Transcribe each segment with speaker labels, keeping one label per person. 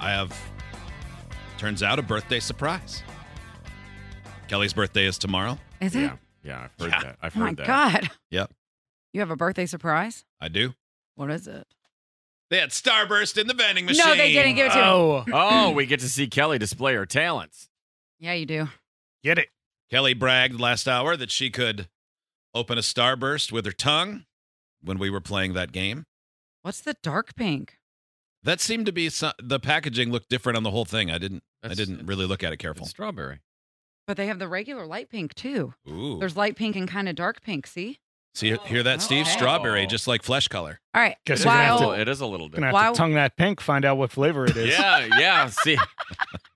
Speaker 1: I have, turns out, a birthday surprise. Kelly's birthday is tomorrow.
Speaker 2: Is
Speaker 3: yeah,
Speaker 2: it?
Speaker 3: yeah, I've heard
Speaker 1: Yeah.
Speaker 3: that. I've
Speaker 2: Oh
Speaker 3: heard
Speaker 2: my
Speaker 3: that.
Speaker 2: God.
Speaker 1: Yep.
Speaker 2: You have a birthday surprise?
Speaker 1: I do.
Speaker 2: What is it?
Speaker 1: They had Starburst in the vending machine.
Speaker 2: No, they didn't give it to me.
Speaker 3: Oh, oh, we get to see Kelly display her talents.
Speaker 2: Yeah, you do.
Speaker 4: Get it.
Speaker 1: Kelly bragged last hour that she could open a Starburst with her tongue when we were playing that game.
Speaker 2: What's the dark pink?
Speaker 1: That seemed to be some, the packaging looked different on the whole thing. I didn't. I
Speaker 3: That's-
Speaker 1: didn't really look at it careful.
Speaker 3: It's strawberry.
Speaker 2: But they have the regular light pink too.
Speaker 1: Ooh.
Speaker 2: There's light pink and kind of dark pink. See?
Speaker 1: See, hear that, Steve?
Speaker 3: Oh.
Speaker 1: Strawberry, just like flesh color.
Speaker 2: All right.
Speaker 4: Guess you're gonna have
Speaker 2: While
Speaker 4: to-
Speaker 3: Oh, it is a little
Speaker 4: Gonna
Speaker 3: different.
Speaker 4: have
Speaker 2: Wow.
Speaker 4: to tongue that pink, find out what flavor it is.
Speaker 3: Yeah, yeah. See,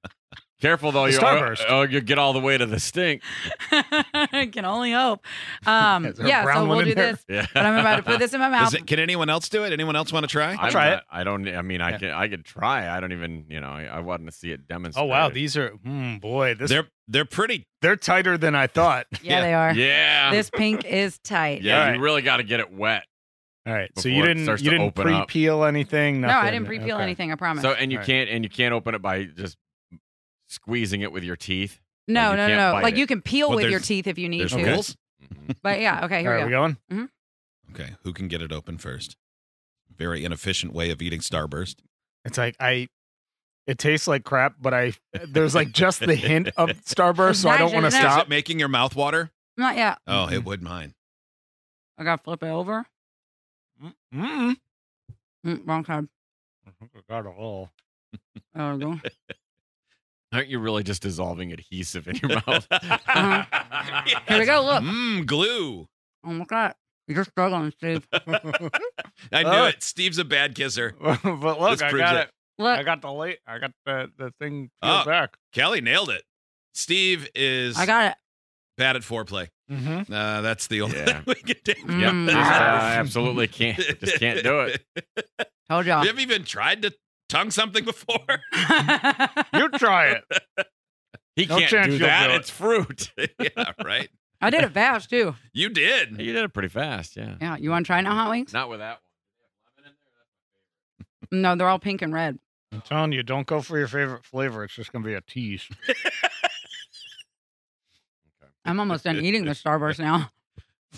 Speaker 3: careful though.
Speaker 4: The
Speaker 3: You
Speaker 4: Starburst.
Speaker 3: Oh, you get all the way to the stink.
Speaker 2: I can only hope. Um,
Speaker 4: Is there a
Speaker 2: yeah.
Speaker 4: brown
Speaker 2: So
Speaker 4: one
Speaker 2: we'll
Speaker 4: in
Speaker 2: do
Speaker 4: there?
Speaker 2: this.
Speaker 3: Yeah,
Speaker 2: But I'm about to put this in my
Speaker 1: Is
Speaker 2: mouth.
Speaker 1: it, can anyone else do it? Anyone else want to try?
Speaker 3: I'm
Speaker 4: try
Speaker 3: not- I don't. I mean, I
Speaker 4: Yeah.
Speaker 3: can. I could try. I don't even. You know, I, I want to see it
Speaker 4: Oh
Speaker 3: demonstrated.
Speaker 4: wow, these are mm, boy, this they're,
Speaker 1: they're they're pretty.
Speaker 4: tighter than I thought.
Speaker 2: yeah,
Speaker 1: yeah.
Speaker 2: they are.
Speaker 3: Yeah.
Speaker 2: This pink is tight.
Speaker 3: yeah.
Speaker 4: All
Speaker 3: You
Speaker 4: right.
Speaker 3: really got to get it wet.
Speaker 4: All right, so
Speaker 3: Before
Speaker 4: you
Speaker 3: it
Speaker 4: didn't
Speaker 3: starts
Speaker 4: you
Speaker 3: to
Speaker 4: didn't
Speaker 3: open up.
Speaker 4: pre-peel anything.
Speaker 2: No,
Speaker 4: Nothing.
Speaker 2: I didn't pre-peel
Speaker 4: Okay.
Speaker 2: anything. I promise.
Speaker 3: So and you
Speaker 4: All right.
Speaker 3: can't and you can't open it by just squeezing it with your teeth.
Speaker 2: no,
Speaker 3: you
Speaker 2: no, no,
Speaker 3: can't
Speaker 2: no.
Speaker 3: bite
Speaker 2: Like
Speaker 3: it.
Speaker 2: you can peel
Speaker 1: But
Speaker 2: with your
Speaker 1: there's-
Speaker 2: teeth if you need
Speaker 1: There's
Speaker 2: to.
Speaker 1: rules.
Speaker 3: Mm-hmm.
Speaker 2: But yeah. Okay.
Speaker 4: All
Speaker 2: Here
Speaker 4: right, we
Speaker 2: we go.
Speaker 4: going?
Speaker 1: Okay, who can get it open first? Very inefficient way of eating Starburst.
Speaker 4: It's like I. It tastes like crap, but I there's like just the hint of Starburst, so I don't want to
Speaker 2: Imagine that.
Speaker 1: Is
Speaker 4: stop.
Speaker 1: it making your mouth water?
Speaker 2: Not yet.
Speaker 1: Oh, it would mine.
Speaker 2: I gotta flip it over.
Speaker 4: Mm-mm.
Speaker 2: Mm, wrong side.
Speaker 4: Got a little.
Speaker 2: There we go.
Speaker 3: Aren't you really just dissolving adhesive in your mouth?
Speaker 2: Here we go. Look.
Speaker 1: Mmm, glue.
Speaker 2: Oh my god. You're struggling, Steve.
Speaker 1: I knew
Speaker 4: Oh.
Speaker 1: it. Steve's a bad kisser.
Speaker 4: but look,
Speaker 1: This
Speaker 4: I
Speaker 1: proves
Speaker 4: got
Speaker 1: it.
Speaker 4: it. Ah. I
Speaker 2: Look,
Speaker 4: got the late. I got the the thing
Speaker 1: Oh.
Speaker 4: peeled back.
Speaker 1: Kelly nailed it. Steve is
Speaker 2: I got it.
Speaker 1: bad at foreplay.
Speaker 4: Mm-hmm.
Speaker 1: Uh, that's the only
Speaker 3: Yeah.
Speaker 1: thing we can take.
Speaker 3: Yep.
Speaker 2: Mm.
Speaker 3: Just, uh, I absolutely can't. Just can't do it.
Speaker 2: Told y'all.
Speaker 1: Have you even tried to tongue something before?
Speaker 4: You try it.
Speaker 3: He
Speaker 4: No
Speaker 3: can't
Speaker 4: chance
Speaker 3: do
Speaker 4: you'll
Speaker 3: that.
Speaker 4: do it.
Speaker 3: It's fruit.
Speaker 1: yeah, right.
Speaker 2: I did it fast too.
Speaker 1: You did.
Speaker 3: You did it pretty fast. Yeah.
Speaker 2: Yeah. You want to try now, hot wings?
Speaker 3: Not with that one.
Speaker 2: No, they're all pink and red.
Speaker 4: I'm telling you, don't go for your favorite flavor. It's just gonna be a tease.
Speaker 2: I'm almost done eating the Starburst now.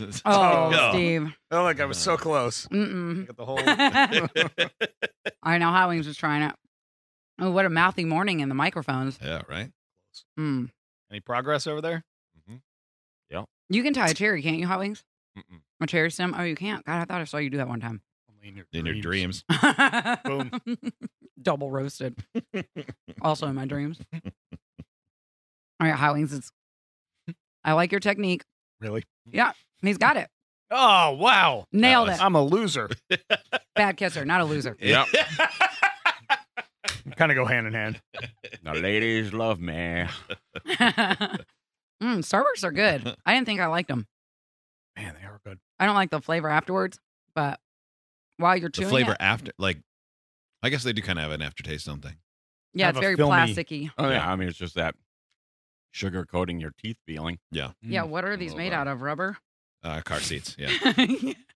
Speaker 2: Oh,
Speaker 4: Oh.
Speaker 2: Steve.
Speaker 4: Oh, like I was so close. I
Speaker 2: Mm-mm.
Speaker 4: got the whole. Oh.
Speaker 2: all right, now Hot Wings is trying it. Oh, what a mouthy morning in the microphones.
Speaker 1: Yeah, right.
Speaker 2: Mm.
Speaker 4: Any progress over there?
Speaker 2: You can tie a cherry, can't you, Hot Wings?
Speaker 3: Mm-mm.
Speaker 2: A cherry stem? Oh, you can't. God, I thought I saw you do that one time.
Speaker 4: Only in your
Speaker 1: In your dreams.
Speaker 4: Boom.
Speaker 2: Double roasted. also in my dreams. All right, Hot Wings, it's. I like your technique.
Speaker 4: Really?
Speaker 2: He's got it.
Speaker 4: Oh wow!
Speaker 2: Nailed
Speaker 1: That
Speaker 2: it.
Speaker 4: I'm a loser.
Speaker 2: Bad kisser, not a loser.
Speaker 3: Yep.
Speaker 4: kind of go hand in hand.
Speaker 3: The ladies love me.
Speaker 2: mm, Starbursts are good. I didn't think I liked them.
Speaker 4: Man, they are good.
Speaker 2: I don't like the flavor afterwards, but while you're
Speaker 1: the
Speaker 2: chewing
Speaker 1: flavor
Speaker 2: it,
Speaker 1: after, like, I guess they do kind of have an aftertaste, don't they?
Speaker 2: yeah,
Speaker 4: Have
Speaker 2: it's
Speaker 4: a
Speaker 2: very
Speaker 4: filmy-
Speaker 2: plasticky.
Speaker 3: Oh yeah. I mean, it's just that sugar coating your teeth feeling.
Speaker 2: Yeah, what are these
Speaker 3: Mm.
Speaker 2: made out of? Rubber?
Speaker 1: Uh, car seats. Yeah.
Speaker 2: yeah.